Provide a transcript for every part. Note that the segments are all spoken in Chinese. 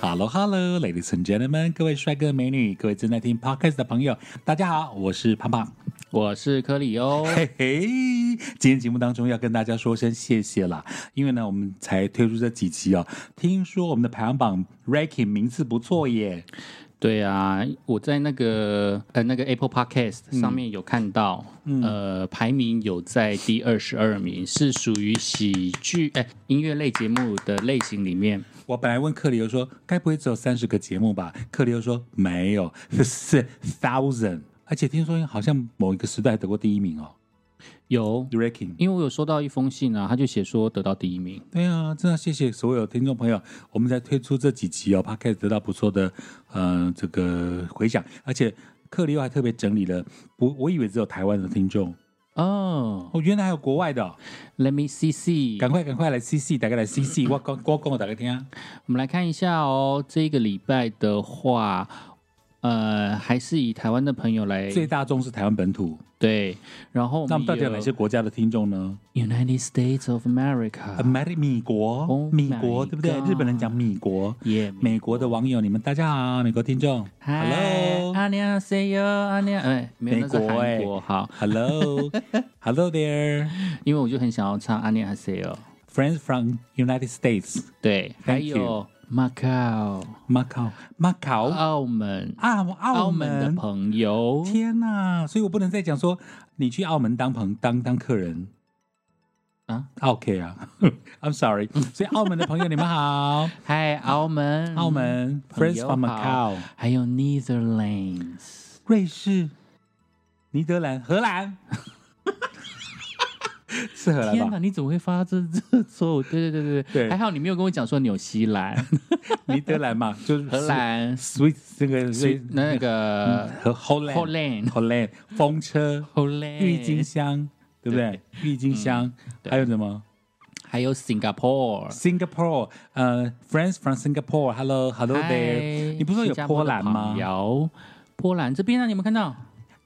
Hello Hello Ladies and Gentlemen，各位帅哥美女，各位正在听 Podcast 的朋友，大家好，我是胖胖。我是科里哦欧， 嘿嘿，今天节目当中要跟大家说声谢谢啦，因为呢，我们才推出这几集哦，听说我们的排行榜 ranking 名次不错耶，对啊，我在那个呃那个 Apple 嗯 Podcast 上面有看到，呃，排名有在第二十二名，是属于喜剧哎、音乐类节目的类型里面，我本来问克里欧说，该不会只有三十个节目吧？克里欧说没有，是 thousand，而且听说好像某一个时代还得过第一名哦有， ，ranking。因为我有收到一封信啊，他就写说得到第一名，对啊，真的谢谢所有听众朋友，我们在推出这几集哦 p o d c a s 得到不错的呃这个回响，而且克里欧还特别整理了，我我以为只有台湾的听众，哦、哦，原来还有国外的哦、 l e t me see see，赶快赶快来 CC，大家来 CC，我讲我讲我大家听啊，我们来看一下哦，这个礼拜的话，呃，还是以台湾的朋友来最大众是台湾本土，对，然后我那我们们到底有哪些国家的听众呢？呃有 United States of America？美米国， Oh 米国 my 对不对？ God 日本人讲米国，耶、美国的网友，你们大家好，美国听众，Hello，Hello 阿尼亚 say yo，阿尼亚，哎，没有，那是美国哎韩国。好， Hello there，friends 因为我就很想要唱阿尼亚 say yo。 from United States，对，还 Thank you 有 Macau，马考马考啊澳门，澳澳门的门，朋友，天哪！所以我不能再讲说你去澳门当朋当当客人啊，OK 啊，I'm sorry，所以澳门的朋友你们 好，嗨，澳门，澳，门嗯朋 friends 友 from 好 Macau，还有 Netherlands，瑞士、尼德兰、荷兰，是荷天兰哪，吧？你怎么会发这这错误？对对对对对还好你没有跟我讲说纽西兰、 尼德兰嘛，就是荷兰、 Swiss 这个瑞那个和 Holland h o l l a n d Holland 风车、 h o l l a n d 郁金香，对不对？郁金香嗯对还有什么还有 Singapore， ？Singapore，呃，Friends from Singapore，Hello，Hello 嗨 there。你不是说有新加坡波的兰吗朋？友波兰这边呢、你有没有看到？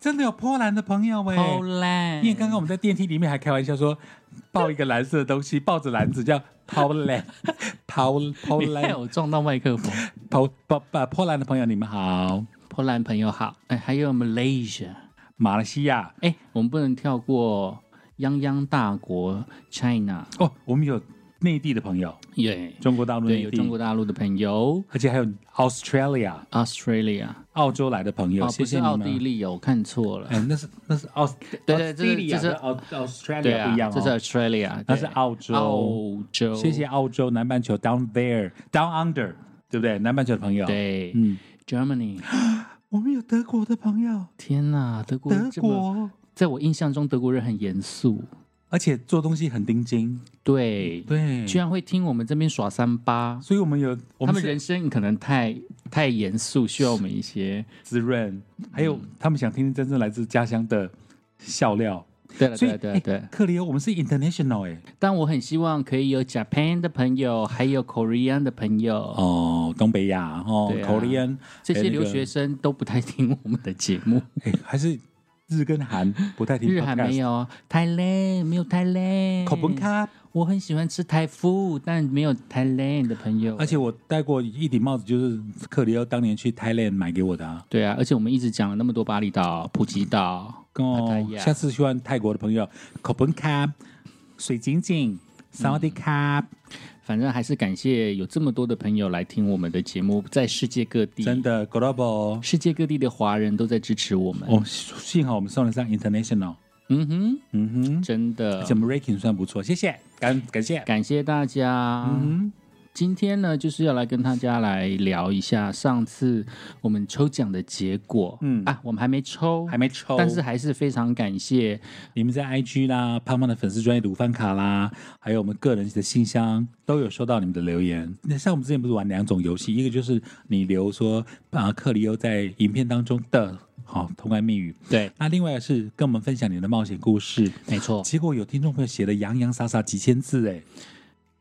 真的有波兰的朋友哎、波兰，因为刚刚我们在电梯里面还开玩笑说，抱一个蓝色的东西，抱着篮子叫 Poland，Pol 你害 Poland 哎我撞到麦 克风。波波波波兰的朋友，你们好，波兰朋友好，哎，还有 Malaysia，马来西亚哎，我们不能跳过泱泱大国 China，哦，我们有内地的朋友，耶、中国大陆对，内有地，中国大陆的朋友而且还有 Australia ，Australia，澳洲来的朋友，哦，谢不谢是你奥地们。利哦，我看错了，哎，那是那是澳，对对这是这是澳对 Australia 啊不一样，这是哦， Australia，那对是澳洲。澳洲，谢谢，澳洲南半球 down there down under，对不对？南半球的朋友，，对、嗯， g e r m a n y 我们有德国的朋友，天哪，德国德这么国，在我印象中，德国人很严肃，而且做东西很钉钉，对，嗯对，居然会听我们这边耍三八。所以我们有我他们们是人生可能太太严肃，需要我们一些。滋润，嗯还有他们想听听真正来自家乡的笑料。对了，所对以，了对哎了对了。克里欧，我们是 international 哎、但我很希望可以有 Japan 的朋友，还有 Korean 的朋友，哦，东北亚哦、对啊 Korean，这哎那些个留学生都不太听我们的节 目。哎、还是日跟 韩不太听 podcast，日韩没有嗯啊，泰勒没有泰勒。口本卡，我很喜欢吃泰夫，但没有泰勒的朋友。而且我戴过一顶帽子，就是克里欧当年去 Thailand 买给我的啊。对啊，而且我们一直讲了那么多巴厘岛、普吉岛，哦 Pattaya，下次去玩泰国的朋友，口本卡，水晶晶，萨瓦迪卡，反正还是感谢有这么多的朋友来听我们的节目，在世界各地，真的 global。世界各地的华人都在支持我们。哦，幸好我们送得上 international，嗯哼，嗯哼，真的而且，我们 rating 算不错，谢谢，感感谢。感谢大家。嗯今天呢，就是要来跟大家来聊一下上次我们抽奖的结果。嗯啊，我们还没抽，哼，还没抽，但是还是非常感谢你们在 IG 啦、胖胖的粉丝专业卤饭卡啦，还有我们个人的信箱都有收到你们的留言。那像我们之前不是玩两种游戏，一个就是你留说啊、呃克里欧在影片当中的好、通关密语，对，那另外是跟我们分享你的冒险故事。没错，哦结果有听众朋友写的洋洋洒洒几千字，哎，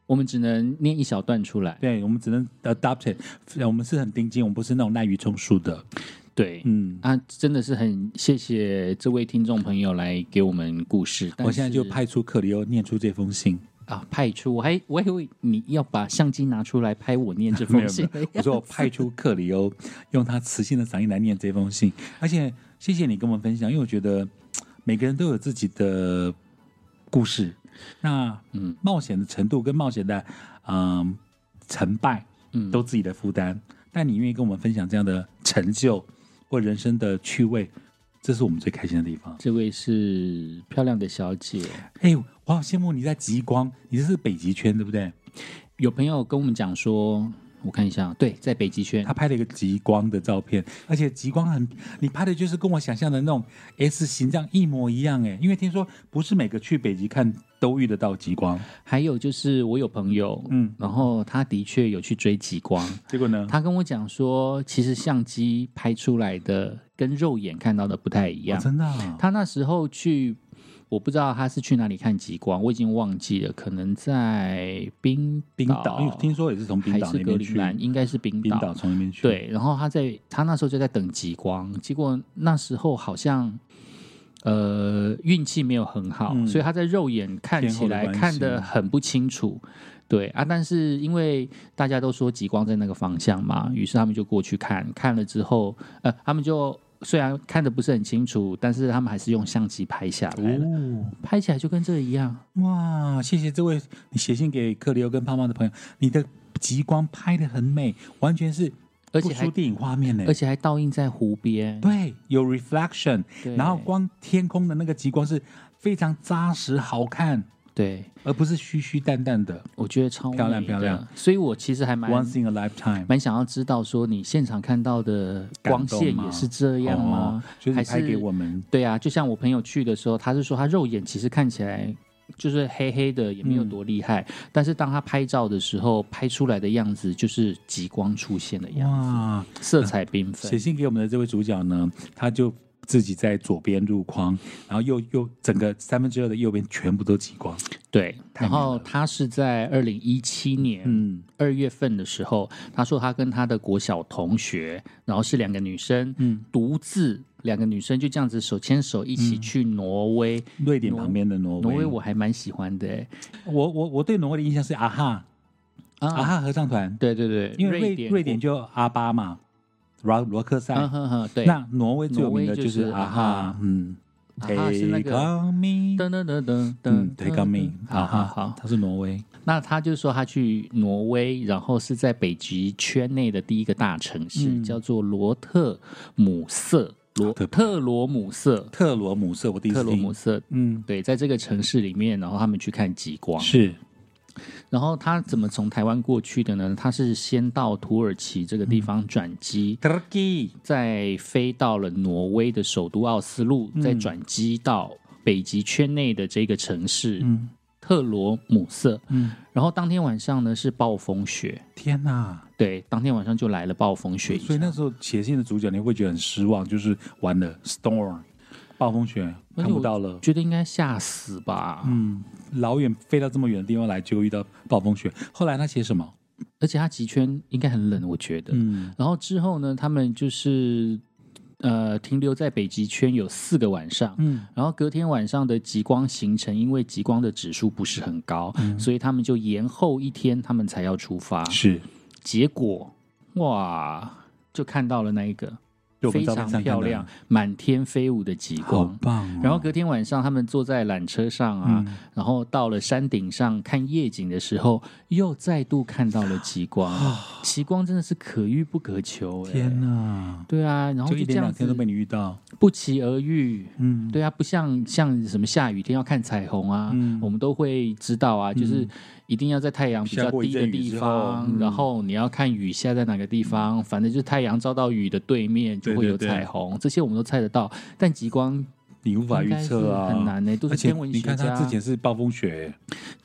我们只能念一小段出来。对我们只能 adopt it，我呃们是很钉钉，我们不是那种滥竽充数的，对，嗯。啊，真的是很谢谢这位听众朋友来给我们故事。但我现在就是派出克里欧念出这封信，啊派出，我还我还以为你要把相机拿出来拍我念这没封有 信，没有，我说我派出克里欧用他磁性的嗓音来念这封信，而且谢谢你跟我们分享，因为我觉得嘖每个人都有自己的故事，那嗯，冒险的程度跟冒险的嗯、成败，嗯都自己的负担，但你愿意跟我们分享这样的成就或人生的趣味，这是我们最开心的地方。 这位是漂亮的小姐，哎、我好羡慕你在极光，你是北极圈对不对？有朋友跟我们讲说，我看一下，对，在北极圈他，拍了一个极光的照片，而且极光很，你拍的就是跟我想象的那种 S 形这样一模一样哎，因为听说不是每个去北极看都遇得到极光，还有就是我有朋友，嗯嗯，然后他的确有去追极光，结果呢，他跟我讲说，其实相机拍出来的跟肉眼看到的不太一哦样。真的啊、他那时候去，我不知道他是去哪里看极光，我已经忘记了，可能在冰冰岛，因为听说也是从冰还岛是那格边陵去，兰，应该是冰冰岛。岛从那边去，，对，然后他在他那时候就在等极光，结果那时候好像呃运气没有很好，嗯所以他在肉眼看天候起的来关系看得很不清楚。对啊，但是因为大家都说极光在那个方向嘛，于是他们就过去看，看了之后，呃，他们就虽然看得不是很清楚，但是他们还是用相机拍下来了，哦。拍起来就跟这一样。哇，谢谢这位你写信给克里欧跟胖胖的朋友，你的极光拍的很美，完全是而且不还输电影画面呢欸而。且还倒映在湖边，对，有 reflection，对然后光天空的那个极光是非常扎实好看，对，而不是虚虚淡淡的。我觉得超漂亮美的漂亮，所以我其实还蛮 Once in a lifetime，蛮想要知道说你现场看到的感光动线吗也是这样啊哦吗？就是还你是拍给我们，对啊，就像我朋友去的时候，他是说他肉眼其实看起来就是黑黑的，也没嗯有多厉害，但是当他拍照的时候，拍出来的样子就是极光出现的样哇！子，色彩缤写纷。信给我们的这位主角呢，他就自己在左边入框，然后右右整个三分之二的右边全部都极光，对，太然美后了他是在二零一七年嗯，二月份的时候，他说他跟他的国小同学，然后是两个女生，嗯嗯，独自两个女生就这样子手牵手一起去挪威。瑞典旁边的挪威，挪威我还蛮喜欢的、欸、我我我对挪威的印象是啊哈啊啊哈合唱团，对对对，因为瑞典瑞典就阿巴嘛，罗罗克塞。嗯哼哼，对，那挪威最有名的挪威就就是是啊啊哈哈，嗯啊哈是那个 on me，噔噔噔噔嗯噔，Take on me，好啊好哈好，。他是挪威，那他就说他去挪威，然后是在北极圈内的第一个大城市，嗯叫做罗特姆瑟，罗特特罗姆瑟，特罗姆瑟，我第一特次罗姆听，瑟。嗯，对，在这个城市里面，然后他们去看极光。是然后他怎么从台湾过去的呢？他是先到土耳其这个地方转机，嗯 Turkey，再飞到了挪威的首都奥斯陆，嗯再转机到北极圈内的这个城市、嗯特罗姆瑟。嗯，然后当天晚上呢是暴风雪，天哪！对，当天晚上就来了暴风雪。所以那时候写信的主角你会觉得很失望，就是完了 storm，暴风雪而且我看不到了。觉得应该吓死吧，嗯，老远飞到这么远的地方来，结果遇到暴风雪。后来他写什么？而且它极圈应该很冷，我觉得。嗯，然后之后呢，他们就是呃停留在北极圈有四个晚上，嗯嗯，然后隔天晚上的极光行程，因为极光的指数不是很高，嗯所以他们就延后一天，他们才要出发。是结果哇，就看到了那一个就我们非照片上常看到漂的亮、满天飞舞的极好光。棒哦！然后隔天晚上，他们坐在缆车上啊，嗯然后到了山顶上看夜景的时候，又再度看到了极光。极光真的是可遇不可求、哎！啊天哪，对啊，然后就就一这天样两天都子被你遇到，不期而遇。嗯，对啊，不像像什么下雨天要看彩虹啊，嗯我们都会知道啊，就是一定要在太阳比下较过一低阵的雨地之方，后嗯嗯然后你要看雨下在哪个地方，反正就是太阳照到雨的对面就会有对对对彩虹，这些我们都猜得到，但极光你无法应预该是测啊，很难呢、欸都而是且天文你学看他家。之前是暴风雪，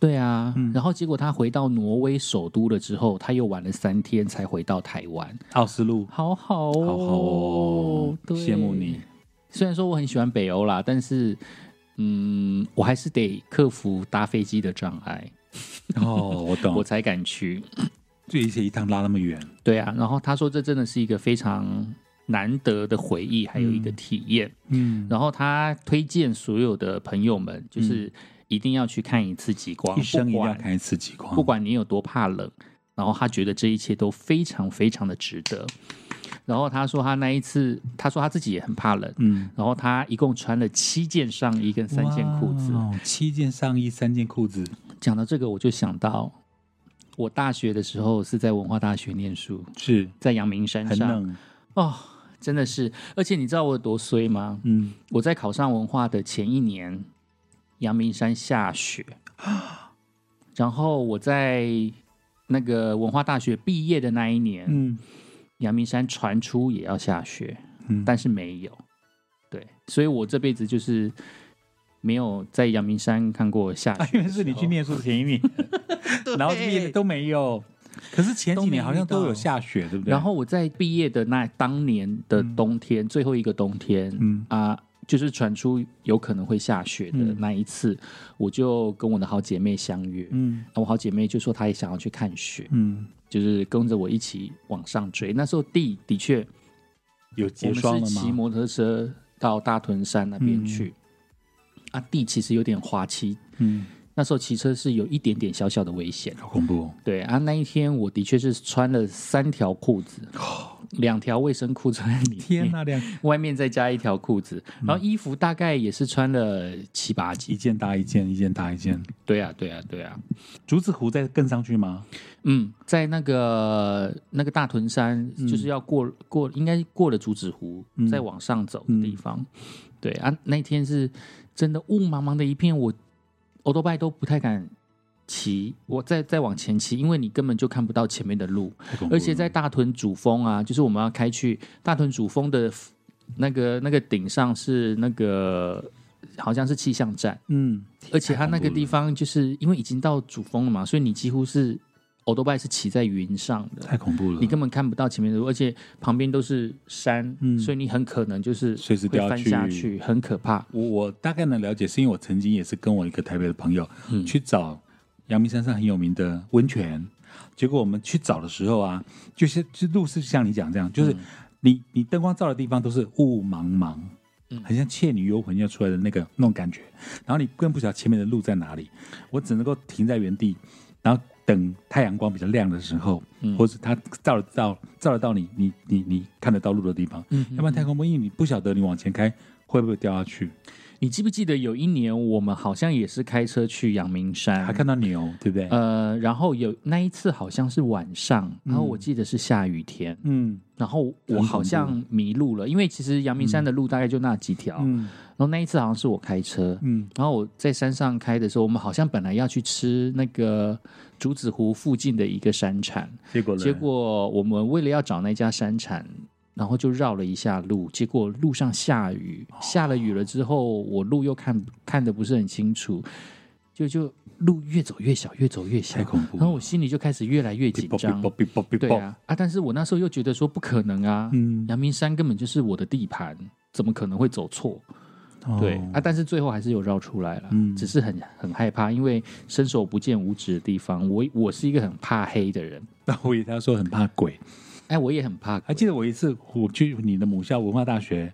对啊，嗯然后结果他回到挪威首都了之后，他又玩了三天才回到台湾，奥斯陆，好好哦，好好哦，对羡慕你。虽然说我很喜欢北欧啦，但是嗯，我还是得克服搭飞机的障碍，哦，我懂， 我我才敢去。这一一趟拉那么远，对啊，然后他说这真的是一个非常难得的回忆，还有一个体验。嗯，然后他推荐所有的朋友们，就是。一定要去看一次极光，一生一不定要管看一次极光。不管你有多怕冷，然后他觉得这一切都非常非常的值得。然后他说他那一次，他说他自己也很怕冷，嗯，然后他一共穿了七件上衣跟三件裤子。哇哦，七件上衣，三件裤子，讲到这个，我就想到我大学的时候是在文化大学念书，是在阳明山很上冷。哦，真的是，而且你知道我有多衰吗？嗯，我在考上文化的前一年，阳明山 下雪，然后我在那个文化大学毕业的那一年，嗯，阳明山传出也要下雪，嗯但是没有，对，所以我这辈子就是没有在阳明山看过下啊，雪。原来是你去念书前 一年，然后毕业都没有。可是前几年好像都有下雪，对不对？然后我在毕业的那当年的冬天，最后一个冬天，嗯啊，就是传出有可能会下雪的嗯那一次，我就跟我的好姐妹相约。嗯我好姐妹就说她也想要去看雪，嗯，就是跟着我一起往上追。那时候地的确，有我结们霜是了骑吗？摩托车到大屯山那边去，啊，地其实有点滑梯，嗯，那时候骑车是有一点点小小的危险。好恐怖哦。对啊，那一天我的确是穿了三条裤子，两条卫生裤穿在里面，哦天哪，嗯两外面再加一条裤子，然后衣服大概也是穿了七八一件。件搭一件，一件搭一件。对啊，对啊，对啊。竹子湖再更上去吗？嗯，在那个那个大屯山，就是要过过，应该过了竹子湖，再往上走的地方。对啊，那天是真的雾茫茫的一片，我欧多拜都不太敢骑，我再再往前骑，因为你根本就看不到前面的路，太恐怖了而且在大屯主峰啊，就是我们要开去大屯主峰的那个那个顶上是那个好像是气象站。嗯，而且它那个地方就是因为已经到主峰了嘛，所以你几乎是 o d o b i 是骑在云上的，太恐怖了你。根本看不到前面的路，而且旁边都是山，嗯所以你很可能就是随时会掉翻去下去，很可怕。我我大概能了解，是因为我曾经也是跟我一个台北的朋友、嗯去找阳明山上很有名的温泉，结果我们去找的时候啊，就是就路是像你讲这样，嗯就是你、你灯光照的地方都是雾茫茫，嗯很像《倩女幽魂》要出来的那个那种感觉，然后你更不晓得前面的路在哪里，我只能够停在原地，然后等太阳光比较亮的时候，嗯或者它照得到照得到你你你你看得到路的地方，嗯要不然太空梦，因为你不晓得你往前开会不会掉下去。你记不记得有一年我们好像也是开车去阳明山还，看到牛，对不对？呃，然后有那一次好像是晚上，然后我记得是下雨天，嗯然后很我恐好像迷路了，因为其实阳明山的路大概就那几条，嗯然后那一次好像是我开车，嗯，然后我在山上开的时候，我们好像本来要去吃那个竹子湖附近的一个山产，结果呢？结果我们为了要找那家山产，然后就绕了一下路，结果路上下雨，哦下了雨了之后，我路又看看的不是很清楚，就就路越走越小，越走越小太，恐怖然后了，我心里就开始越来越紧张。哔啵哔啵哔啵哔啵对啊啊！但是我那时候又觉得说不可能啊，嗯，阳明山根本就是我的地盘，怎么可能会走错？哦对、啊，但是最后还是有绕出来了，嗯只是很很害怕，因为伸手不见五指的地方，我我是一个很怕黑的人，那我以为他说很怕鬼，哎，我也很怕鬼，还记得我一次我去你的母校文化大学，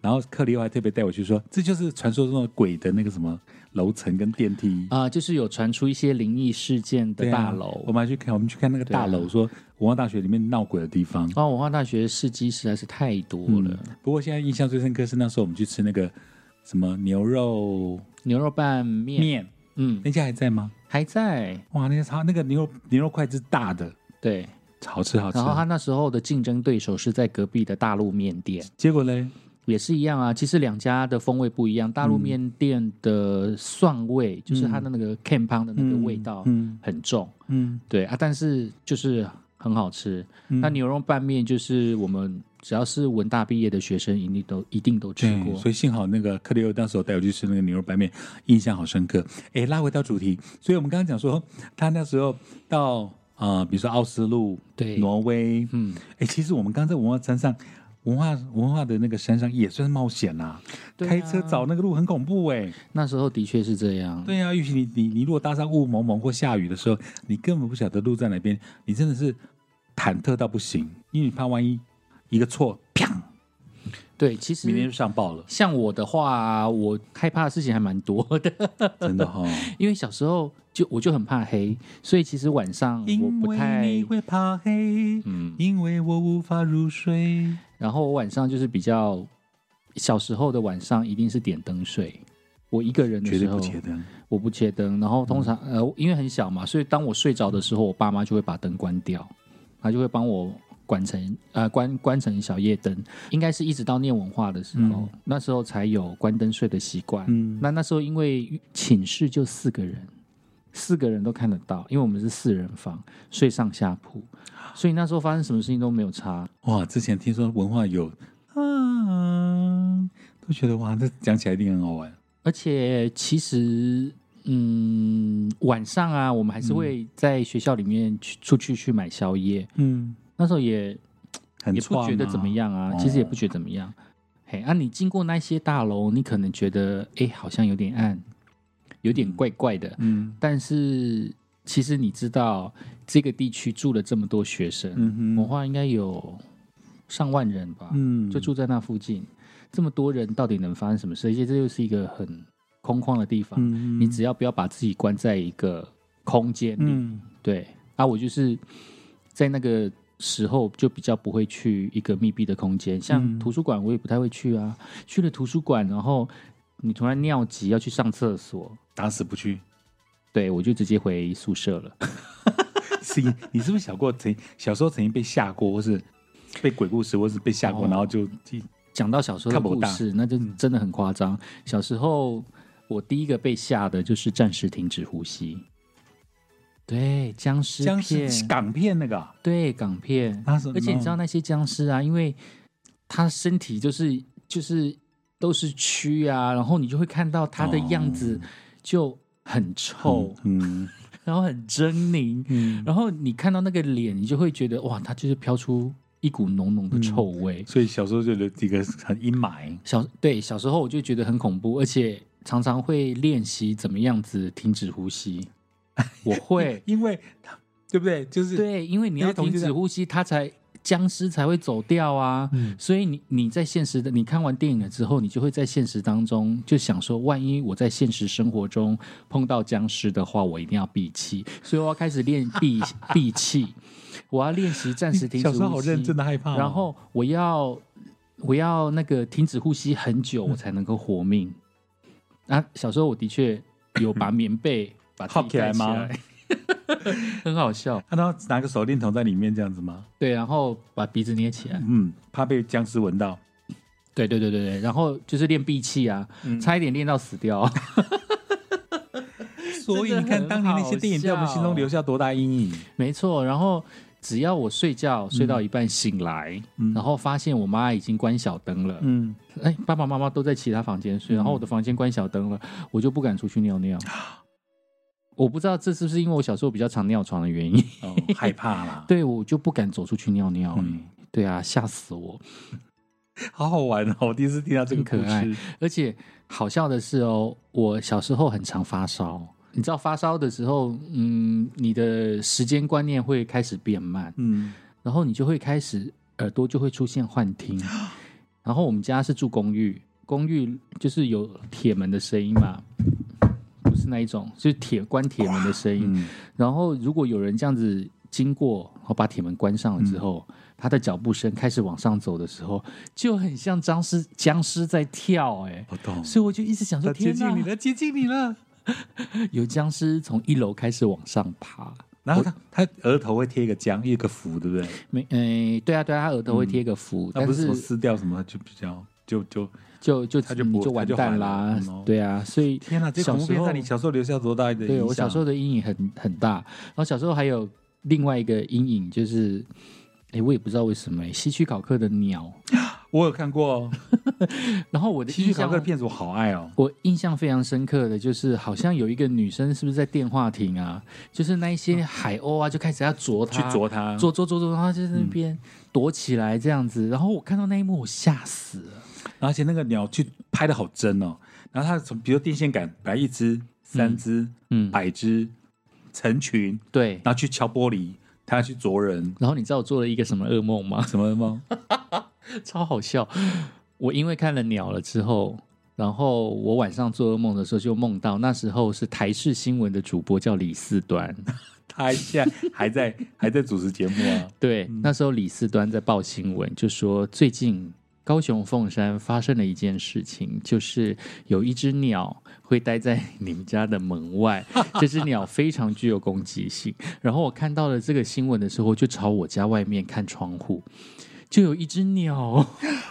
然后克里欧还特别带我去说，这就是传说中的鬼的那个什么楼层跟电梯。啊、就是有传出一些灵异事件的对啊大楼，我们还去看，我们去看那个大楼，说文化大学里面闹鬼的地方。啊，文化大学事迹实在是太多了，不过现在印象最深刻是那时候我们去吃那个什么牛肉牛肉拌面，面，嗯，那家还在吗？还在，哇，那个超那个牛肉牛肉块是大的，对，好吃好吃。然后他那时候的竞争对手是在隔壁的大陆面店。结果嘞，也是一样啊，其实两家的风味不一样。大嗯陆面店的蒜味，就是它的那个 can 汤的那个味道嗯很重，嗯，对啊，但是就是很好吃。那牛肉拌面就是我们只要是文大毕业的学生，一定都一定都吃对，过。所以幸好那个克里欧那时候带我去吃那个牛肉拌面，印象好深刻。哎，拉回到主题，所以我们刚刚讲说，他那时候到呃，比如说奥斯陆、对挪威，嗯，哎，其实我们刚在文化山上。文化文化的那个山上也算是冒险啦、对啊开车找那个路很恐怖哎、那时候的确是这样。对啊，尤其你你你如果搭上雾蒙蒙或下雨的时候，你根本不晓得路在哪边，你真的是忐忑到不行，因为你怕万一一个错，啪，对，其实明天就上报了，像我的话，啊我害怕的事情还蛮多的， 真的哈、哦。因为小时候就我就很怕黑，所以其实晚上 我因不为太你会怕黑，嗯，因为我无法入睡。然后我晚上就是比较小时候的晚上一定是点灯睡，我一个人的绝时对候不切灯，我不切灯，然后通常、呃因为很小嘛，所以当我睡着的时候，我爸妈就会把灯关掉，他就会帮我。关成呃关关成小夜灯，应该是一直到念文化的时候，那时候才有关灯睡的习惯。嗯，那那时候因为寝室就四个人，四个人都看得到，因为我们是四人房，睡上下铺，所以那时候发生什么事情都没有差。哇，之前听说文化有啊，都觉得哇，这讲起来一定很好玩。而且其实，嗯，晚上啊，我们还是会在学校里面去出去去买宵夜。嗯，那时候也很也不创觉得啊怎么。样啊，哦其实也不觉得怎么样。嘿，啊，你经过那些大楼，你可能觉得，哎、好像有点暗，有点怪怪的。嗯但是其实你知道，这个地区住了这么多学生，嗯文哼，化应该有上万人吧，嗯，就住在那附近，这么多人到底能发生什么事？而且这又是一个很空旷的地方，嗯，你只要不要把自己关在一个空间里，嗯对啊，我就是在那个。时候就比较不会去一个密闭的空间，像嗯图书馆我也不太会去啊。去了图书馆，然后你突然尿急要去上厕所，打死不去。 对我就直接回宿舍了。是，你是不是想过曾小时候曾经被吓过，或是被鬼故事，或是被吓过，哦然后就讲到小时候的故事，那就嗯真的很夸张。小时候我第一个被吓的就是暂时停止呼吸，对僵尸僵片，尸港片那个啊对港片，那时候而且你知道那些僵尸啊，因为他身体就是就是都是蛆啊，然后你就会看到他的样子就很臭，嗯 然后很狰狞，嗯，然后你看到那个脸，你就会觉得哇，他就是飘出一股浓浓的臭味。所以小时候就有几个很阴霾，小对小时候我就觉得很恐怖，而且常常会练习怎么样子停止呼吸。我会因为它对不对？就是，对，因为你因要为同停居止的呼吸，它才僵尸才会走掉啊。嗯所以你你在现实的，你看完电影了之后，你就会在现实当中就想说，万一我在现实生活中碰到僵尸的话，我一定要闭气，所以我要开始练 闭闭气，我要练习暂时停小止呼吸。时候好认真的害怕哦，然后我要我要那个停止呼吸很久，嗯我才能够活命。啊，小时候我的确有把 棉被把自己套起来盖吗？ 很好笑，他都拿个手电筒在里面这样子吗？对，然后把鼻子捏起来，嗯，怕被僵尸闻到。对对对对对，然后就是练闭气啊，嗯差一点练到死掉。 所以你看，当年那些电影在我们心中留下多大阴影？没错，然后只要我睡觉睡到一半醒来，嗯然后发现我妈已经关小灯了，嗯，哎，爸爸妈妈都在其他房间睡，然后我的房间关小灯了，我就不敢出去 尿尿。我不知道这是不是因为我小时候比较常尿床的原因， 哦，害怕啦。对我就不敢走出去尿尿、哎嗯对啊，吓死我！ 好好玩哦！我第一次听到这个故很可爱事。嗯而且好笑的是哦，我小时候很常发烧，你知道发烧的时候，嗯，你的时间观念会开始变慢，嗯，然后你就会开始耳朵就会出现幻听。然后我们家是住公寓，公寓就是有铁门的声音嘛，不是那一种，就是铁关铁门的声音。嗯然后如果有人这样子经过，然后把铁门关上了之后，他的脚步声开始往上走的时候，就很像僵尸僵尸在跳、欸，我懂。所以我就一直想说，他接天近哪你，了，接近你了。有僵尸从一楼开始往上爬。然后他他额头会贴一个姜，一个符，对不对？没，诶、对啊，对啊，他额头会贴个符，那但不是是说撕掉什么就比较就就就就他就你不就完他就蛋还了啦嗯哦，对啊，所以天哪！这恐怖小时片候在你小时候留下多大的影响？对我小时候的阴影很很大，然后小时候还有另外一个阴影就是，哎，我也不知道为什么，诶希区考克的鸟，我有看过哦，然后我的希印区考克的象，片子我好爱哦。我印象非常深刻的就是，好像有一个女生是不是在电话亭啊，就是那一些海鸥啊，就开始要啄嗯去它，啄他，啄啄啄啄，然后就在那边躲起来这样子，然后我看到那一幕，我吓死了。而且那个鸟去拍的好真哦。然后它从比如电线杆，本来一只、三只、嗯，百只，成群，对。然后去敲玻璃，它要去啄人， 然后你知道我做了一个什么噩梦吗？什么吗？超好笑！我因为看了鸟了之后，然后我晚上做噩梦的时候就梦到那时候是台视新闻的主播叫李四端，他现在还在还在主持节目啊，对，那时候李四端在报新闻，就说最近高雄凤山发生了一件事情，就是有一只鸟会待在你们家的门 外，这只鸟非常具有攻击性。然后我看到了这个新闻的时候，就朝我家外面看窗户，就有一只鸟。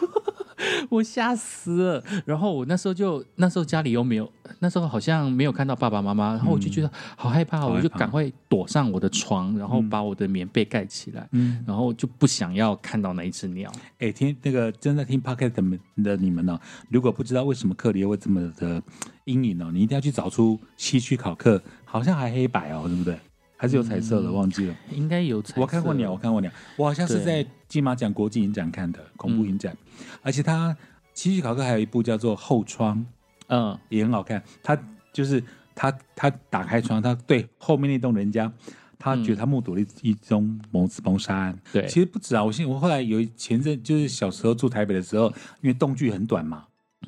我吓死了，然后我那时候就那时候家里又没有，那时候好像没有看到爸爸妈妈，然后我就觉得好害怕，嗯好害怕我就赶快躲上我的床，然后把我的棉被盖起来，嗯，然后就不想要看到那一只鸟。哎、听那个正在听 podcast 的们的你们呢、如果不知道为什么克里会这么的阴影哦，你一定要去找出西区考克，好像还黑白哦，对不对？还是有彩嗯色的，忘记了。应该有彩色我看过鸟，我看过鸟，我好像是在对金马奖国际影展看的恐怖影展，而且它西区考克还有一部叫做《后窗》，嗯，也很好看。他就是他，他打开窗，他对后面那栋人家，他觉得他目睹了一一宗谋谋杀案。对其实不止啊，我现在我后来有一前阵就是小时候住台北的时候，因为栋距很短嘛，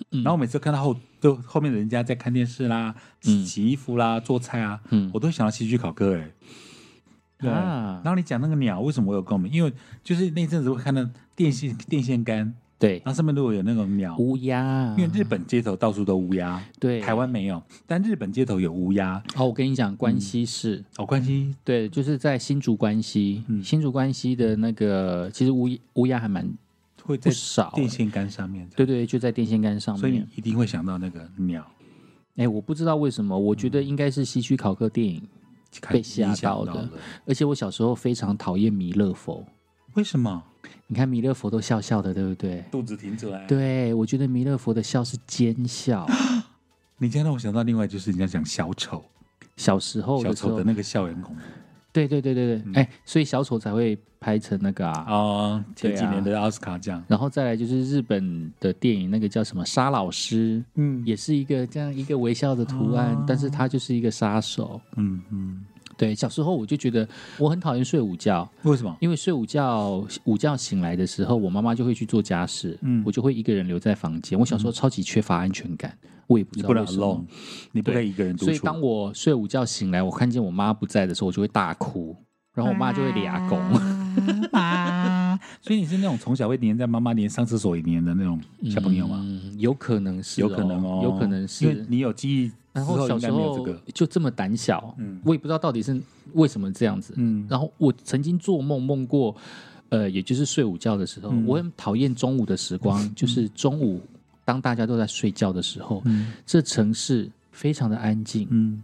嗯然后我每次看到后就后面的人家在看电视啦、洗嗯洗衣服啦、做菜啊，嗯我都想到戏剧考歌哎、对，啊然后你讲那个鸟，为什么我有共鸣？因为就是那阵子会看到电线电线杆，对然，后上面如果有那种鸟，乌鸦，因为日本街头到处都乌鸦，对台湾没有，但日本街头有乌鸦。哦，我跟你讲，关西市。哦，关西对，就是在新竹关西，嗯新竹关西的那个，其实乌乌鸦还蛮会在不少、电线杆上面，对对，就在电线杆上所以你面。一定会想到那个鸟哎，我不知道为什么，我嗯觉得应该是西区考克电影，被吓到的影响了而且我小时候非常讨厌弥勒佛。为什么？你看弥勒佛都笑笑的，对不对？肚子挺出来。，对，我觉得弥勒佛的笑是奸笑。你这样让我想到另外就是人家讲小丑，小时候小哦的时丑候的，那个笑人恐怖对对对对嗯对，哎、所以小丑才会拍成那个啊。哦，前对啊几年的奥斯卡奖，然后再来就是日本的电影，那个叫什么沙老师，嗯哦也是一个这样一个微笑的图案，但是他就是一个杀手。嗯嗯，对，小时候我就觉得我很讨厌睡午觉，为什么？因为睡午觉午觉醒来的时候，我妈妈就会去做家事，嗯我就会一个人留在房间。我小时候超级缺乏安全感，我也不你知道不能为什么 alone，。你不可以一个人独所以处。当我睡午觉醒来，我看见我妈不在的时候，我就会大哭，然后我妈就会俩拱。哎妈，所以你是那种从小会黏在妈妈黏上厕所也黏的那种小朋友吗？嗯，有可能是、有可能哦，有可能因为是。你有记忆之然后小应该时没有这候个，就这么胆小，嗯我也不知道到底是为什么这样子。嗯，然后我曾经做梦梦过，呃，也就是睡午觉的时候，嗯我很讨厌中午的时光，就是中午当大家都在睡觉的时候，这城市非常的安静，嗯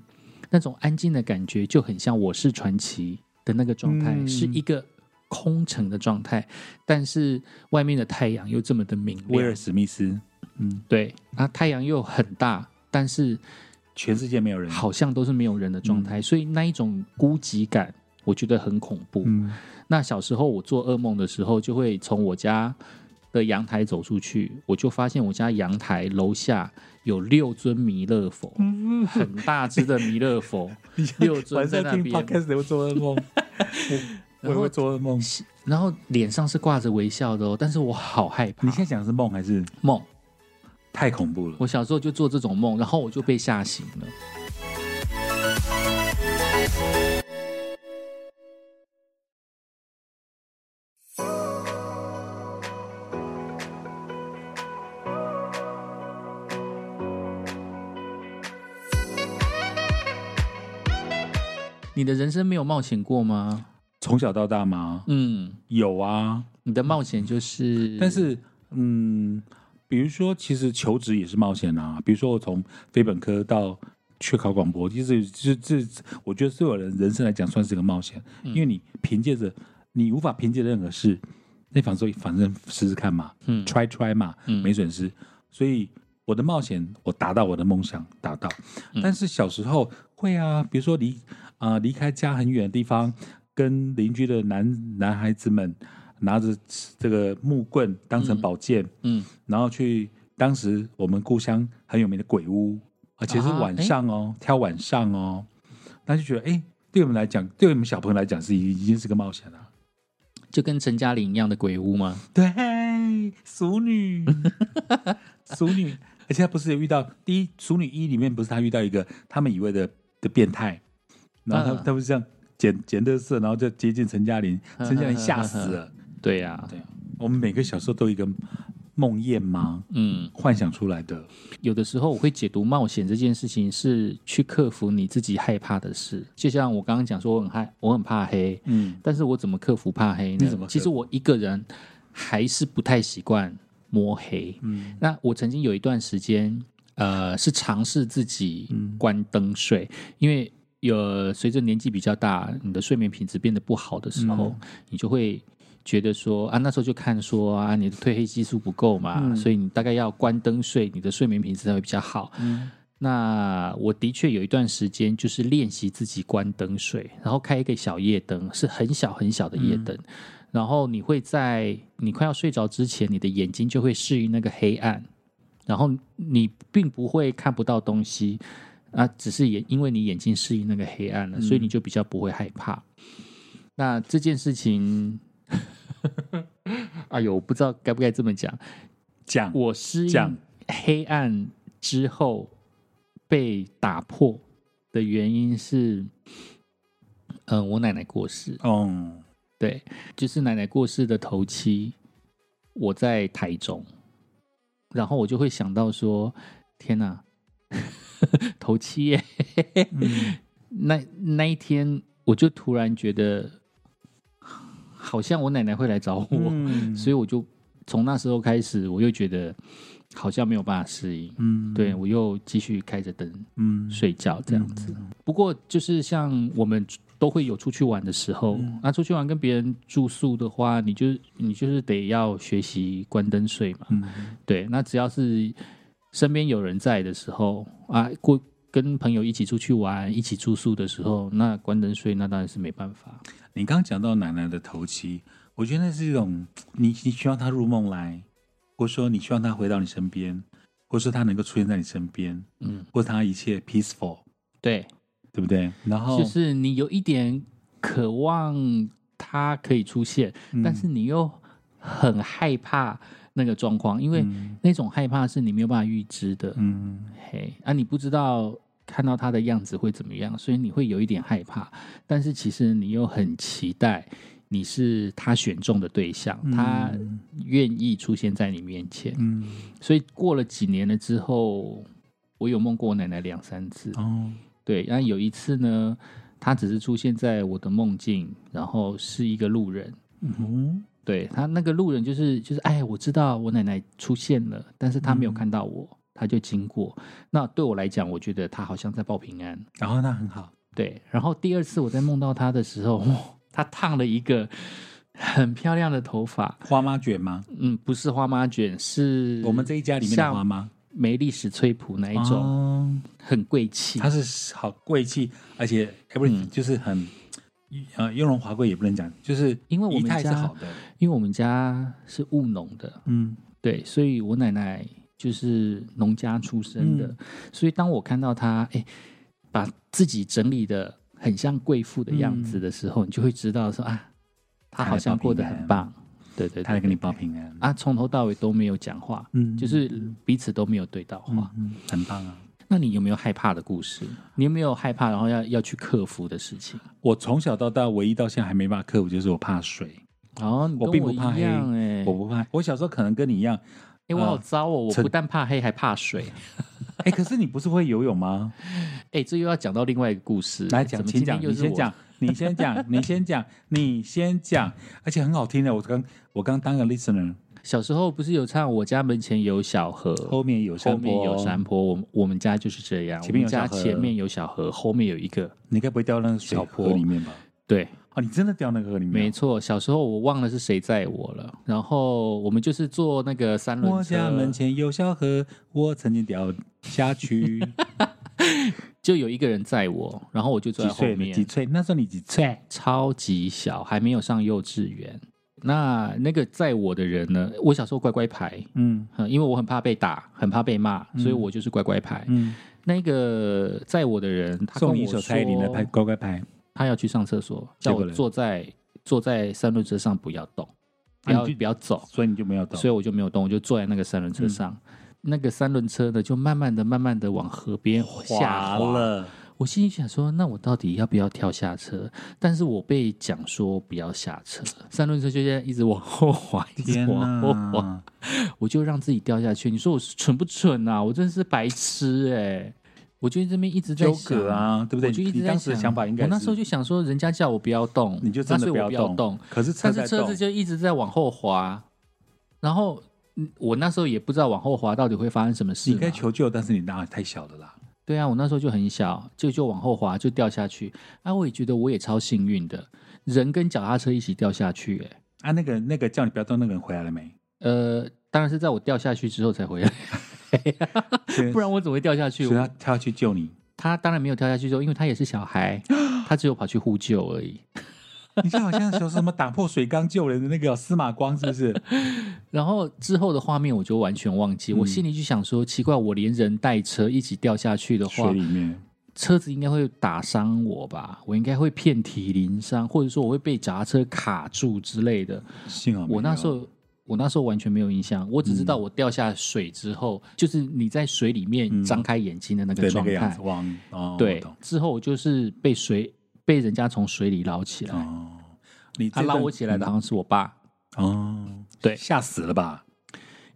那种安静的感觉就很像《我是传奇》的那个状态，嗯是一个空城的状态，但是外面的太阳又这么的明威尔亮，史密斯，嗯，对，然后太阳又很大，但是全世界没有人，好像都是没有人的状嗯态，所以那一种孤寂感，我觉得很恐怖。嗯那小时候我做噩梦的时候，就会从我家的阳台走出去，我就发现我家阳台楼下有六尊弥勒佛，很大只的弥 勒佛，六嗯尊晚在上那听边， podcast 会做噩 梦，我我也然后会做噩梦。然后脸上是挂着微笑的哦，但是我好害怕你现在讲的是梦还是梦。太恐怖了？我小时候就做这种梦，然后我就被吓醒了。你的人生没有冒险过吗？从小到大吗？嗯，有啊，你的冒险就是，但是嗯，比如说，其实求职也是冒险啊。比如说，我从非本科到去考广播，其实这这，我觉得对我人人生来讲算是个冒险，嗯因为你凭借着你无法凭借任何事，那反正反正试试看嘛，嗯 try try 嘛，嗯没损失。所以我的冒险，我达到我的梦想，达到。嗯但是小时候会啊，比如说离啊、离开家很远的地方，跟邻居的男男孩子们拿着这个木棍当成宝剑，嗯然后去当时我们故乡很有名的鬼屋，而且是啊晚上哦，挑晚上哦，那就觉得哎、诶对我们来讲，对我们小朋友来讲是已已经是个冒险了。就跟陈嘉玲一样的鬼屋吗？对， 对，熟 女，熟女，而且他不是有遇到第一《熟女一》里面不是他遇到一个他们以为的的变态，然后他、嗯他不是这样捡捡乐色，然后就接近陈嘉玲，嗯陈嘉玲吓死了。对呀、对，我们每个小时候都有一个梦魇吗？嗯，幻想出来的，有的时候我会解读冒险这件事情是去克服你自己害怕的事，就像我刚刚讲说我很害，我很怕黑，嗯，但是我怎么克服怕黑呢？你怎么克服其实我一个人还是不太习惯摸黑。嗯，那我曾经有一段时间，呃，是尝试自己嗯关灯睡，因为有随着年纪比较大，你的睡眠品质变得不好的时候，嗯你就会。觉得说啊，那时候就看说啊，你的褪黑激素不够嘛，所以你大概要关灯睡，你的睡眠品质才会比较好。那我的确有一段时间就是练习自己关灯睡，然后开一个小夜灯，是很小很小的夜灯。然后你会在你快要睡着之前，你的眼睛就会适应那个黑暗，然后你并不会看不到东西啊，只是也因为你眼睛适应那个黑暗了，所以你就比较不会害怕。那这件事情， 哎呦，我不知道该不该这么讲。讲我适讲应黑暗之后被打破的原因是，嗯、我奶奶过世，哦，对，就是奶奶过世的头七，我在台中，然后我就会想到说，天哪、 头七耶，嗯那那一天我就突然觉得，好像我奶奶会来找我，嗯所以我就从那时候开始，我又觉得好像没有办法适应。嗯，对，我又继续开着灯嗯，睡觉这样子。不过就是像我们都会有出去玩的时候，嗯那、出去玩跟别人住宿的话，你就你就是得要学习关灯睡嘛。嗯对，那只要是身边有人在的时候啊，过跟朋友一起出去玩、一起住宿的时候，那关灯睡那当然是没办法。你刚刚讲到奶奶的头七，我觉得那是一种你你希望她入梦来，或说你希望她回到你身边，或说她能够出现在你身边，嗯，或她一切 peaceful，对，对不对？然后就是你有一点渴望它可以出现，但是你又很害怕那个状况，因为那种害怕是你没有办法预知的。嗯嘿，啊，你不知道看到它的样子会怎么样，所以你会有一点害怕，但是其实你又很期待。你是他选中的对象，他愿意出现在你面前，嗯所以过了几年了之后，我有梦过我奶奶两三次，哦对，然后有一次呢，他只是出现在我的梦境，然后是一个路人。嗯对他那个路人就是就是，哎，我知道我奶奶出现了，但是嗯他没有看到我，他就经过。那对我来讲，我觉得他好像在报平安。然后那很好，对，然后第二次我在梦到他的时候，哇，他烫了一个很漂亮的头发，花妈卷吗？嗯，不是花妈卷，是我们这一哦家里面的花妈梅丽史翠普嗯那一种，种，很贵气。她是好贵气，而且嗯 everything 就是很呃雍容华贵也不能讲，就是因为我仪们态是家好的，因为我们家是务农的，嗯对，所以我奶奶就是农家出身的，嗯所以当我看到她，哎，把自己整理的很像贵妇的样嗯子的时候，你就会知道说啊，她好像过得很棒，对对她对来给你报平安，啊，从头到尾都没有讲话，嗯就是彼此都没有对到话。嗯很棒啊。那你有没有害怕的故事？你有没有害怕，然后要要去克服的事情？我从小到大，唯一到现在还没办法克服就是我怕水，哦，你跟我并不怕一黑样哎、我不怕。我小时候可能跟你一样，哎、我好糟哦！我曾不但怕黑，还怕水。哎，可是你不是会游泳吗？哎、这又要讲到另外一个故事。来讲，怎么请今天讲，又你是先我讲，你先讲，你先讲，你先讲，而且很好听的。我刚我刚当个 listener，小时候不是有唱“我家门前有小河，后面有山哦后面有山坡”，我们我们家就是这样，前面有我们家小河前面有小河，后面有一个。你该不会掉到那个水小坡河里面吧？对，哦，你真的掉那个河里没面？哦错。小时候我忘了是谁载我了，然后我们就是坐那个三轮我家门车，前有小河，我曾经掉下 去。就有一个人载我，然后我就坐几在后岁了？几面，岁？那时候你几岁？超级小，还没有上幼稚园。那那个载我的人呢？我小时候乖乖牌，嗯嗯，因为我很怕被打，很怕被骂，所以我就是乖乖牌。嗯，那个载我的人，他跟送我你一首蔡依林的说拍乖乖牌。他要去上厕所，叫结果我嘞坐在坐在三轮车上不要动。不要啊你就不要走，所以你就没有动所以我就没有动，我就坐在那个三轮车上。嗯那个三轮车呢，就慢慢的、慢慢的往河边滑下滑。了，我心里想说，那我到底要不要跳下车？但是我被讲说不要下车，三轮车就在一直往 后滑，一直 天往后滑，哪！我就让自己掉下去。你说我蠢不蠢啊？我真是白痴哎、我就这边一直在纠想葛，啊，对不对？我就你一直你在当时的想法应该我那是时候就想说，人家叫我不要动，你就真的那所以我不不要要动，可是车但在是车动子，就一直在往后滑，然后嗯我那时候也不知道往后滑到底会发生什么事你应嘛。该求救，但是你那太小了啦。对啊，我那时候就很小，就就往后滑就掉下去。啊，我也觉得我也超幸运的，人跟脚踏车一起掉下去、欸。啊，那个那个叫你不要动那个人回来了没？呃，当然是在我掉下去之后才回 来，不然我怎么会掉下去？所以他他要去救 你。他当然没有跳下去之后，因为他也是小 孩，他只有跑去呼救而已。你这好像说什么打破水缸救人的那个司马光是不 是？然后之后的画面我就完全忘嗯记，我心里就想说，奇怪，我连人带车一起掉下去的话水，里面，车子应该会打伤我吧？我应该会遍体鳞伤，或者说我会被脚踏车卡住之类的。幸好没有嗯我那时候。我那时候完全没有印象，我只知道我掉下水之后，就是你在水里面张开眼睛的那个对那状个样态子，。往哦，我对懂，之后我就是被水被人家从水里捞起来，哦，你他这捞段嗯我起来的好像是我爸，哦，对吓死了吧？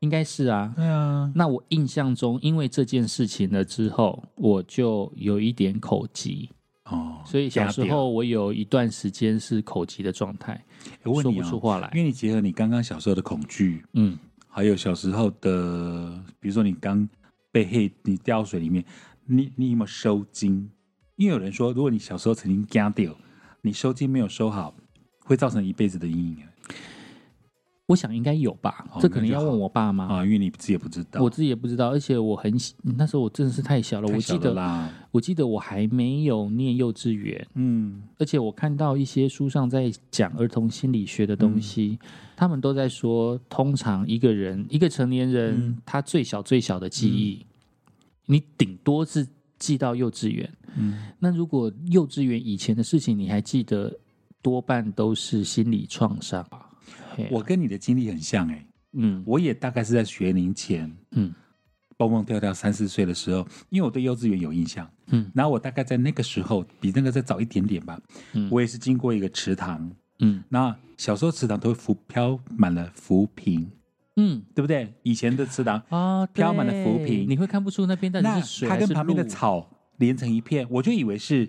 应该是啊。对啊，那我印象中，因为这件事情了之后，我就有一点口疾，哦，所以小时嗲嗲，候我有一段时间是口疾的状态，我问说你不啊出，话因来。为你结合你刚刚小时候的恐惧，嗯，还有小时候的，比如说你刚被黑，你掉到水里面，你你有没有收精？因为有人说，如果你小时候曾经惊掉，你收精没有收好，会造成一辈子的阴影我想应该有吧，哦这可能那就要好问我爸妈。啊，因为你自己也不知道。我自己也不知道，而且我很小那时候我真的是太小了，太我小了记得啦，我记得我还没有念幼稚园，嗯，而且我看到一些书上在讲儿童心理学的东西，嗯他们都在说，通常一个人一个成年人、嗯他最小最小的记忆，你顶多是记到幼稚园。嗯，那如果幼稚园以前的事情你还记得，多半都是心理创伤。嘿啊我跟你的经历很像哎、嗯我也大概是在学龄前嗯蹦蹦跳跳三四岁的时候，因为我对幼稚园有印象，嗯然后我大概在那个时候比那个再早一点点吧，嗯我也是经过一个池塘，嗯那小时候池塘都会浮飘满了浮萍，嗯对不对？以前的池塘，啊，飘满了浮对萍你会看不出那边到那底是水它还跟是旁边的路草连成一片，我就以为是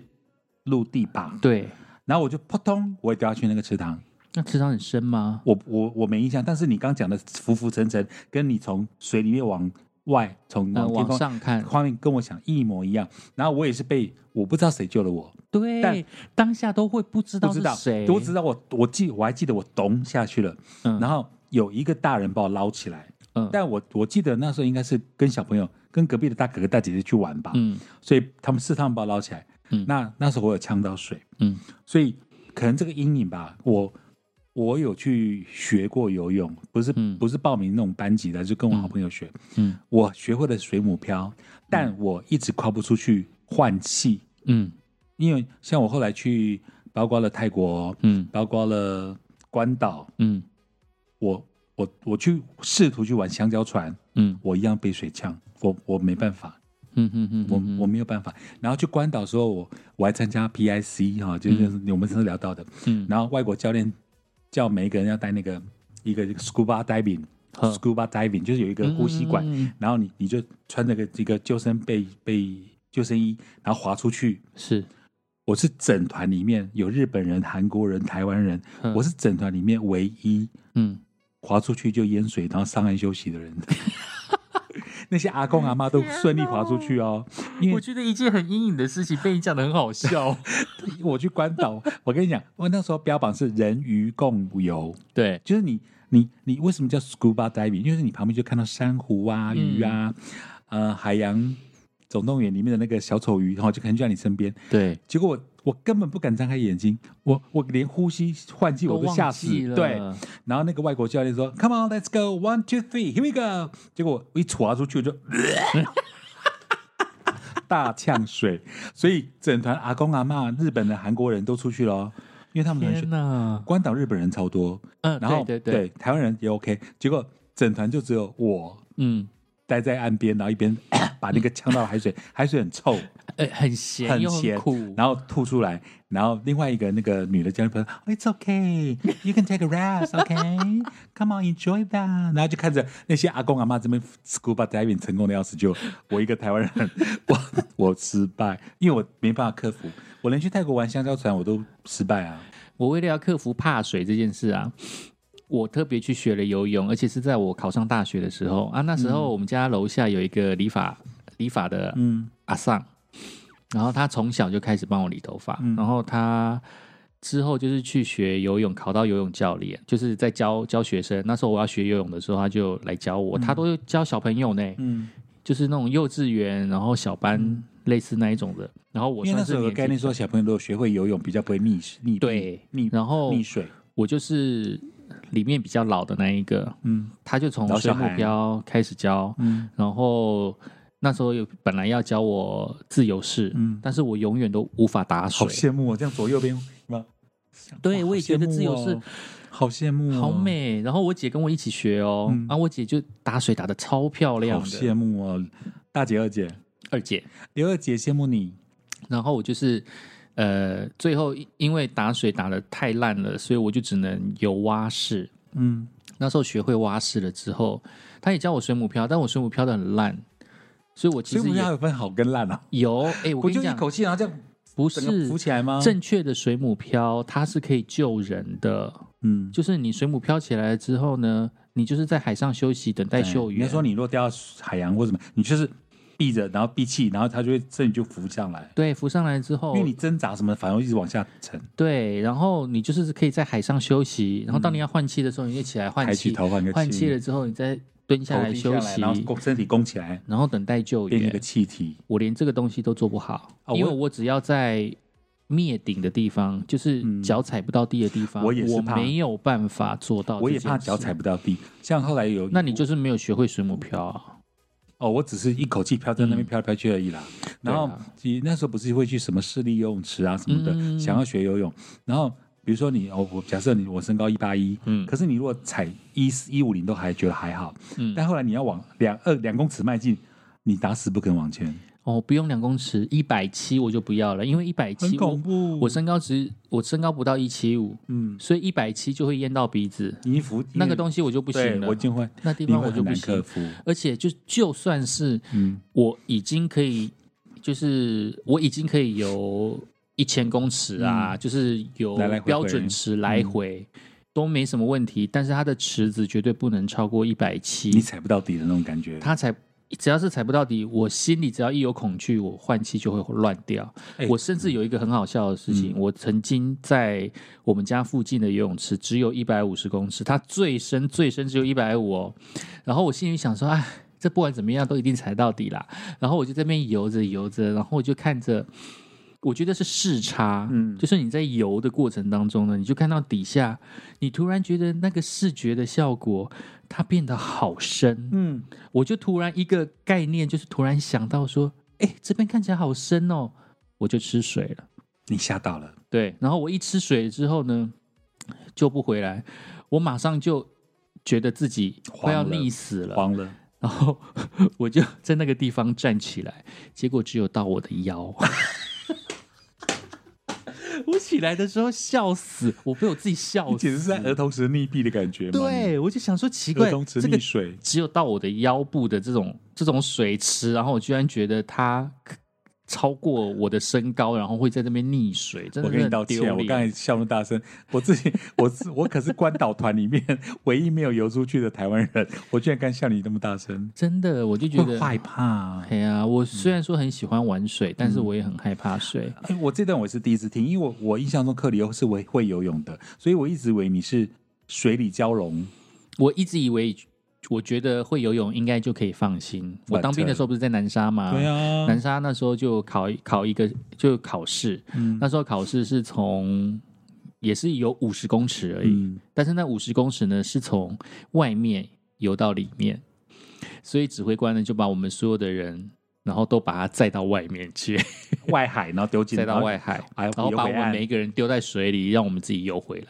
陆地吧，对。然后我就扑通，我也掉下去那个池塘。那池塘很深吗？我我我没印象，但是你刚讲的浮浮沉沉，跟你从水里面往外从往呃，天往空上看，画面跟我想一模一样。然后我也是被我不知道谁救了我，但对，当下都会不知不道知是道谁，我只知道我我记我还记得我咚下去了，嗯然后有一个大人把我捞起来，嗯但我我记得那时候应该是跟小朋友跟隔壁的大哥哥大姐姐去玩吧，嗯所以他们是他们把我捞起来，嗯那那时候我有呛到水，嗯所以可能这个阴影吧，我我有去学过游泳，不是、嗯不是报名那种班级的，就跟我好朋友学。嗯我学会了水母漂，但我一直跨不出去换气，嗯因为像我后来去，包括了泰国，嗯包括了关岛，嗯我我我去试图去玩香蕉船，嗯我一样被水呛，我我没办法。嗯嗯嗯，我我没有办法。然后去关岛的时候，我我还参加 PIC 哈、就是我们上次聊到的。嗯然后外国教练叫每一个人要带那个一个 scuba diving 嗯 scuba diving，就是有一个呼吸管，嗯嗯嗯嗯然后你你就穿那个这个救生被被救生衣，然后滑出去。是我是整团里面有日本人、韩国人、台湾人，嗯我是整团里面唯一嗯，滑出去就淹水，然后上岸休息的人。 那些阿公阿妈都顺利滑出去哦，因为我觉得一件很阴影的事情被你讲的很好笑，我去关岛，我跟你讲，我那时候标榜是人鱼共游， 对，就是你你你为什么叫 scuba diving？因为你旁边就看到珊瑚啊、鱼啊，嗯呃，海洋总动员里面的那个小丑鱼，然后就可能就在你身边。对，结果我我根本不敢张开眼睛，我我连呼吸换气我都吓死忘记。了对，然后那个外国教练说：“Come on, let's go, one, two, three, here we go。”结果我一戳出去我就，大呛水，所以整团阿公阿嬷、日本的、韩国人都出去了哦，因为他们很喜天哪，关岛日本人超多，嗯，然后对对对，台湾人也 OK，结果整团就只有我嗯，待在岸边，然后一边 把那个呛到的海水，海水很臭，呃，很咸很又咸很苦，然后吐出来，然后另外一个那个女的教练朋友，It's okay, you can take a rest, okay, come on, enjoy that。然后就看着那些阿公阿妈这边 scuba diving 成功的要死，就我一个台湾人，我我失败，因为我没办法克服，我连去泰国玩香蕉船我都失败啊。我为了要克服怕水这件事啊，我特别去学了游泳，而且是在我考上大学的时候啊。那时候我们家楼下有一个理发理发的嗯阿尚，然后他从小就开始帮我理头发，嗯然后他之后就是去学游泳，考到游泳教练，就是在教教学生。那时候我要学游泳的时候，他就来教我，他都教小朋友呢，嗯，就是那种幼稚园，然后小班。类似那一种的，然后我因为那算是时候有个年纪概念说小朋友如果学会游泳，比较不会溺溺对溺然后溺水。我就是里面比较老的那一个，嗯他就从老水小母孩标开始教，嗯然后那时候有本来要教我自由式，嗯，但是我永远都无法打好水。羡慕哦，这样左右边有没有对哇我也好觉得羡慕自由式哦好羡慕、哦，好，美，然后我姐跟我一起学哦，嗯啊，我姐就打水打的超漂亮好的，羡慕哦！大姐、二姐，二姐，刘二姐羡慕你，然后我就是，呃，最后因因为打水打的太烂了，所以我就只能游蛙式，嗯，那时候学会蛙式了之后，他也教我水母漂，但我水母漂的很烂，所以我其所以实我们也要有分好跟烂啊！有哎、我不跟就你一讲，口气，然后这样不整个是浮起啊来吗？正确的水母漂，它是可以救人的。嗯，就是你水母漂起来了之后呢，你就是在海上休息，等待对救哎你援。要说你若掉到海洋或什么，你就是闭着，然后闭气，然后它就会这里就浮上来，对浮上来之后因为，你挣扎什么，反而一直往下沉，对，然后你就是可以在海上休息，然后当你要换气的时候，你就起来换嗯抬起气，头换个换气了之后，你再蹲下头来低休来，息，然后弓身体弓起来，然后等待救变一个援。气体。我连这个东西都做不好，哦因为我我只要在灭顶的地方，就是嗯脚踩不到地的地方，我也是怕没有办法做到。我也怕脚踩。不到地，像后来有那你就是没有学会水母漂啊？哦，我只是一口气飘在那边飘来飘去而已啦。然后嗯对啊其实那时候不是会去什么市立游泳池啊什么的，嗯想要学游泳。然后比如说你哦，我假设你我身高一八一，嗯可是你如果踩一一五零都还觉得还好，嗯但后来你要往两二两公尺迈进，你打死不肯往前，哦，不用两公尺，一百七我就不要了，因为一百很七我恐怖。我身高只我身高不到一七五，嗯，所以一百七就会淹到鼻子，衣服那个东西我就不不行了，我就会那地你方会我很就不难克行。服。而且就就算是嗯我已经可以，就是我已经可以游一千公尺啊，就是游嗯来来回嗯回标准池来回都没什么问题，但是它的池子绝对不能超过一百七你，踩不到底的那种感觉，它才。只要是踩不到底，我心里只要一有恐惧，我换气就会乱掉。哎嗯我甚至有一个很好笑的事情，我曾经在我们家附近的游泳池，只有一百五十公尺，它最深最深只有一百五哦。然后我心里想说，哎，这不管怎么样都一定踩到底啦。然后我就在那边游着游着，然后我就看着，我觉得是视差，嗯就是你在游的过程当中呢，你就看到底下，你突然觉得那个视觉的效果它变得好深，嗯，我就突然一个概念，就是突然想到说，哎，这边看起来好深哦，我就吃水了。你吓到了，对，然后我一吃水之后呢，救不回来，我马上就觉得自己快要慌了溺死了，慌了。然后 我就在那个地方站起来，结果只有到我的 腰。我起来的时候笑死，我被我自己笑你简直死。是在儿童时溺毙的感觉吗？对，我就想说奇你，怪儿童，时这个溺水，只有到我的腰部的这种这种水池，然后我居然觉得它超过我的身高，然后会在那边溺水，真我的跟是你道很丢歉，脸。我刚才笑那么大声，我自己，我是我可是关岛团里面唯一没有游出去的台湾人，我居然敢笑你那么大声，真的，我就觉会得，害怕、哎呀，我虽然说很喜欢玩水，但是嗯我也很害怕水。哎，我这段我也是第一次听，因为我我印象中克里欧是会会游泳的，所以我一直以为你是水里蛟龙。我一直以为，我觉得会游泳应该就可以放心。我当兵的时候不是在南沙吗？对啊，南沙那时候就考考一个就考试，嗯那时候考试是从也是有五十公尺而已，嗯但是那五十公尺呢是从外面游到里面，所以指挥官呢就把我们所有的人然后都把它载到外面 去，外海，然后丢进载到然后外海，哎 然后游把回我们岸每一个人丢在水里，让我们自己游回来。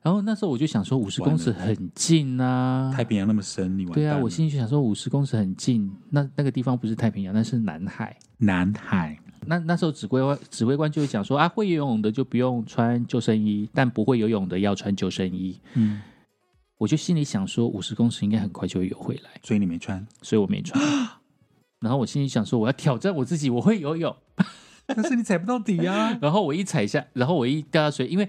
然后那时候我就想说，五十完了公尺很近啊，太平洋那么深，你完对啊，蛋我了心里就想说，五十公尺很近，那那个地方不是太平洋，那是南海。南海那那时候指挥官指挥官就会讲说啊，会游泳的就不用穿救生衣，但不会游泳的要穿救生衣。嗯，我就心里想说，五十公尺应该很快就会游回来，所以你没穿，所以我没穿。 然后我心里想说，我要挑战我自己，我会游泳。。但是你踩不到底啊然后我一踩下，然后我一掉下水，因为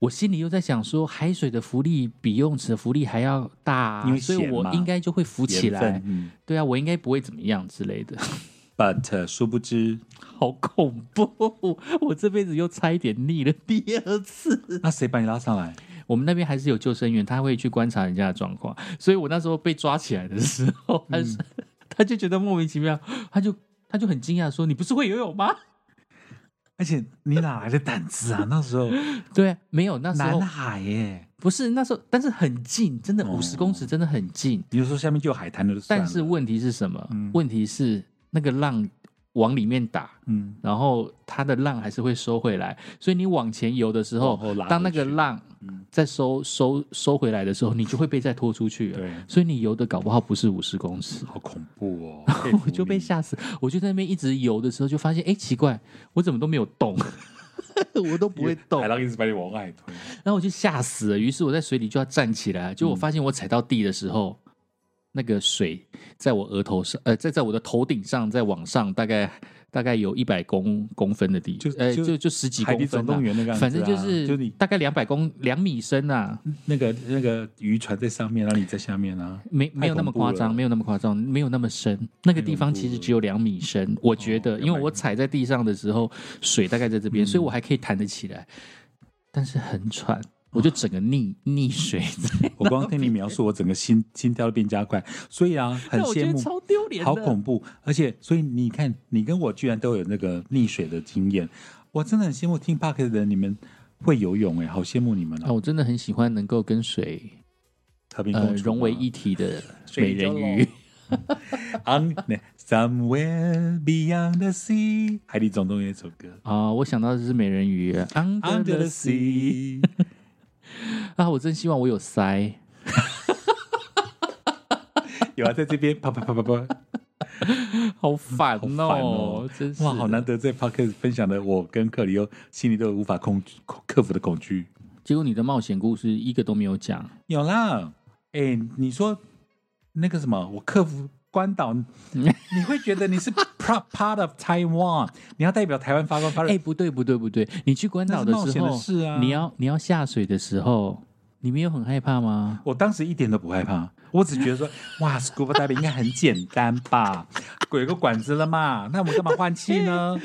我心里又在想说，海水的浮力比游泳池的浮力还要大啊、因为所以咸我嘛应该就会浮起缘分来。嗯对啊，我应该不会怎么样之类的。 ，but 呃殊不知，好恐怖！我这辈子又差一点溺了第二次。那谁把你拉上来？我们那边还是有救生员，他会去观察人家的状况，所以我那时候被抓起来的时候，他是、嗯 他就觉得莫名其妙，他就他就很惊讶说：“你不是会游泳吗而且你哪来的胆子啊？那时候？”对、啊，没 有，那时南候海耶，不是那时候，但是很近，真的哦五十公尺，真的很近。你就说下面就有海滩的就算了，但是问题是什么？嗯问题是那个浪往里面打，嗯，然后它的浪还是会收回来，所以你往前游的时候往后拉，当那回去个浪嗯再收收收回来的时候，你就会被再拖出去了。对，所以你游的搞不好不是五十公尺，，好恐怖哦 我就被佩服吓死。我就在那边一直游的时候，就发现哎奇怪，我怎么都没有 动，我都不你会动海，浪一直把你往外推，然后我就吓死了。于是我在水里就要站起来，嗯结果我发现我踩到地的时候。那个水在我额头上，呃，在在我的头顶上，再往上，大概大概有一百公公分的地，就呃，就就就十 几海公底总分、啊动，员那个样子啊，反正就是就你嗯大概两百公两米深啊，那个那个渔船在上面，然后你在下面啊，没没有那么夸太恐怖了张，没有那么夸张，没有那么深。那个地方其实只有两米深，我觉哦得，因两百嗯为我踩在地上的时候，水大概在这边，所以我还可以弹得起来，但是很哦喘，我就整个溺溺水 在我光听你描述，我整个心心跳都变加快，所以啊，很那我觉羡得慕，超丢脸的，好恐怖，而且所以你看，你跟我居然都有那个溺水的经验，我真的很羡慕听 Park 的人，你们会游泳哎、好羡慕你们啊！哦，我真的很喜欢能够跟水和平呃共处、融为一。体 的水美人中鱼。 On somewhere beyond the sea，海底总动员那首歌。啊、我想到的是美人鱼 Under Under the the Sea sea，啊！我真希望我有鳃。有啊，在这边啪啪啪啪啪，好烦哦，好烦哦真是哇，好难。得在 Park 分享的，我跟克里欧心里都有无法控克服的恐惧。结果你的冒险故事一个都没有讲，有啦，哎、你说那个什么，我克服关岛，你会觉得你是 part part of Taiwan，你要代表台湾发光发热。哎、不对不对不对，你去关岛的那是冒时险候，的事啊你要你要下水的时候，你没有很害怕吗？我当时一点都不害怕，我只觉得说，哇，scuba diving 应该很简单吧？有个管子了嘛，那我干嘛换气呢？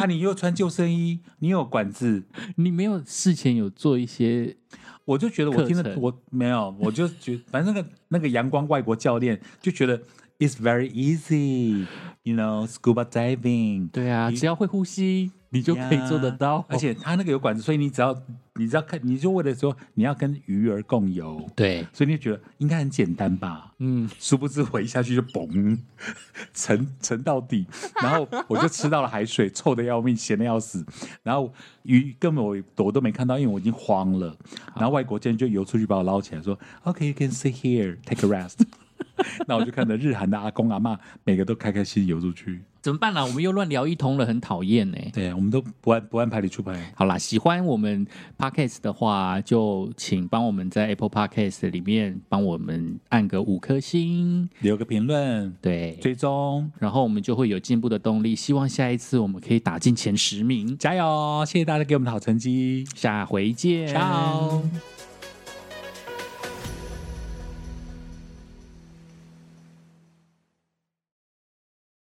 啊，你又穿救生衣，你有管子，你没有事前有做一些我就觉得我听课了程我没有，我就觉反正那个那个阳光外国教练就觉得 it's very easy，you know scuba diving。对啊，只要会呼吸，你 就可以做得到呀。而且它那个有管子，所以你只要你只要看，你就为了说你要跟鱼儿共游，对，所以你就觉得应该很简单吧。嗯，殊不知我一下去就嘣，沉沉到底，然后我就吃到了海水，臭的要命，咸的要死。然后鱼根本我我都没看到，因为我已经慌了。然后外国教练就游出去把我捞起来，说：“OK, you can sit here, take a rest。” 那我就看着日韩的阿公阿妈，每个都开开心心游出去。怎么办啦、我们又乱聊一通了，很讨厌呢。对，我们都不按不按牌理出牌。好啦，喜欢我们 podcast 的话，就请帮我们在 Apple Podcast 里面帮我们按个五颗星，留个评论，对，追踪，然后我们就会有进步的动力。希望下一次我们可以打进前十名，加油！谢谢大家给我们的好成绩，下回见，加油！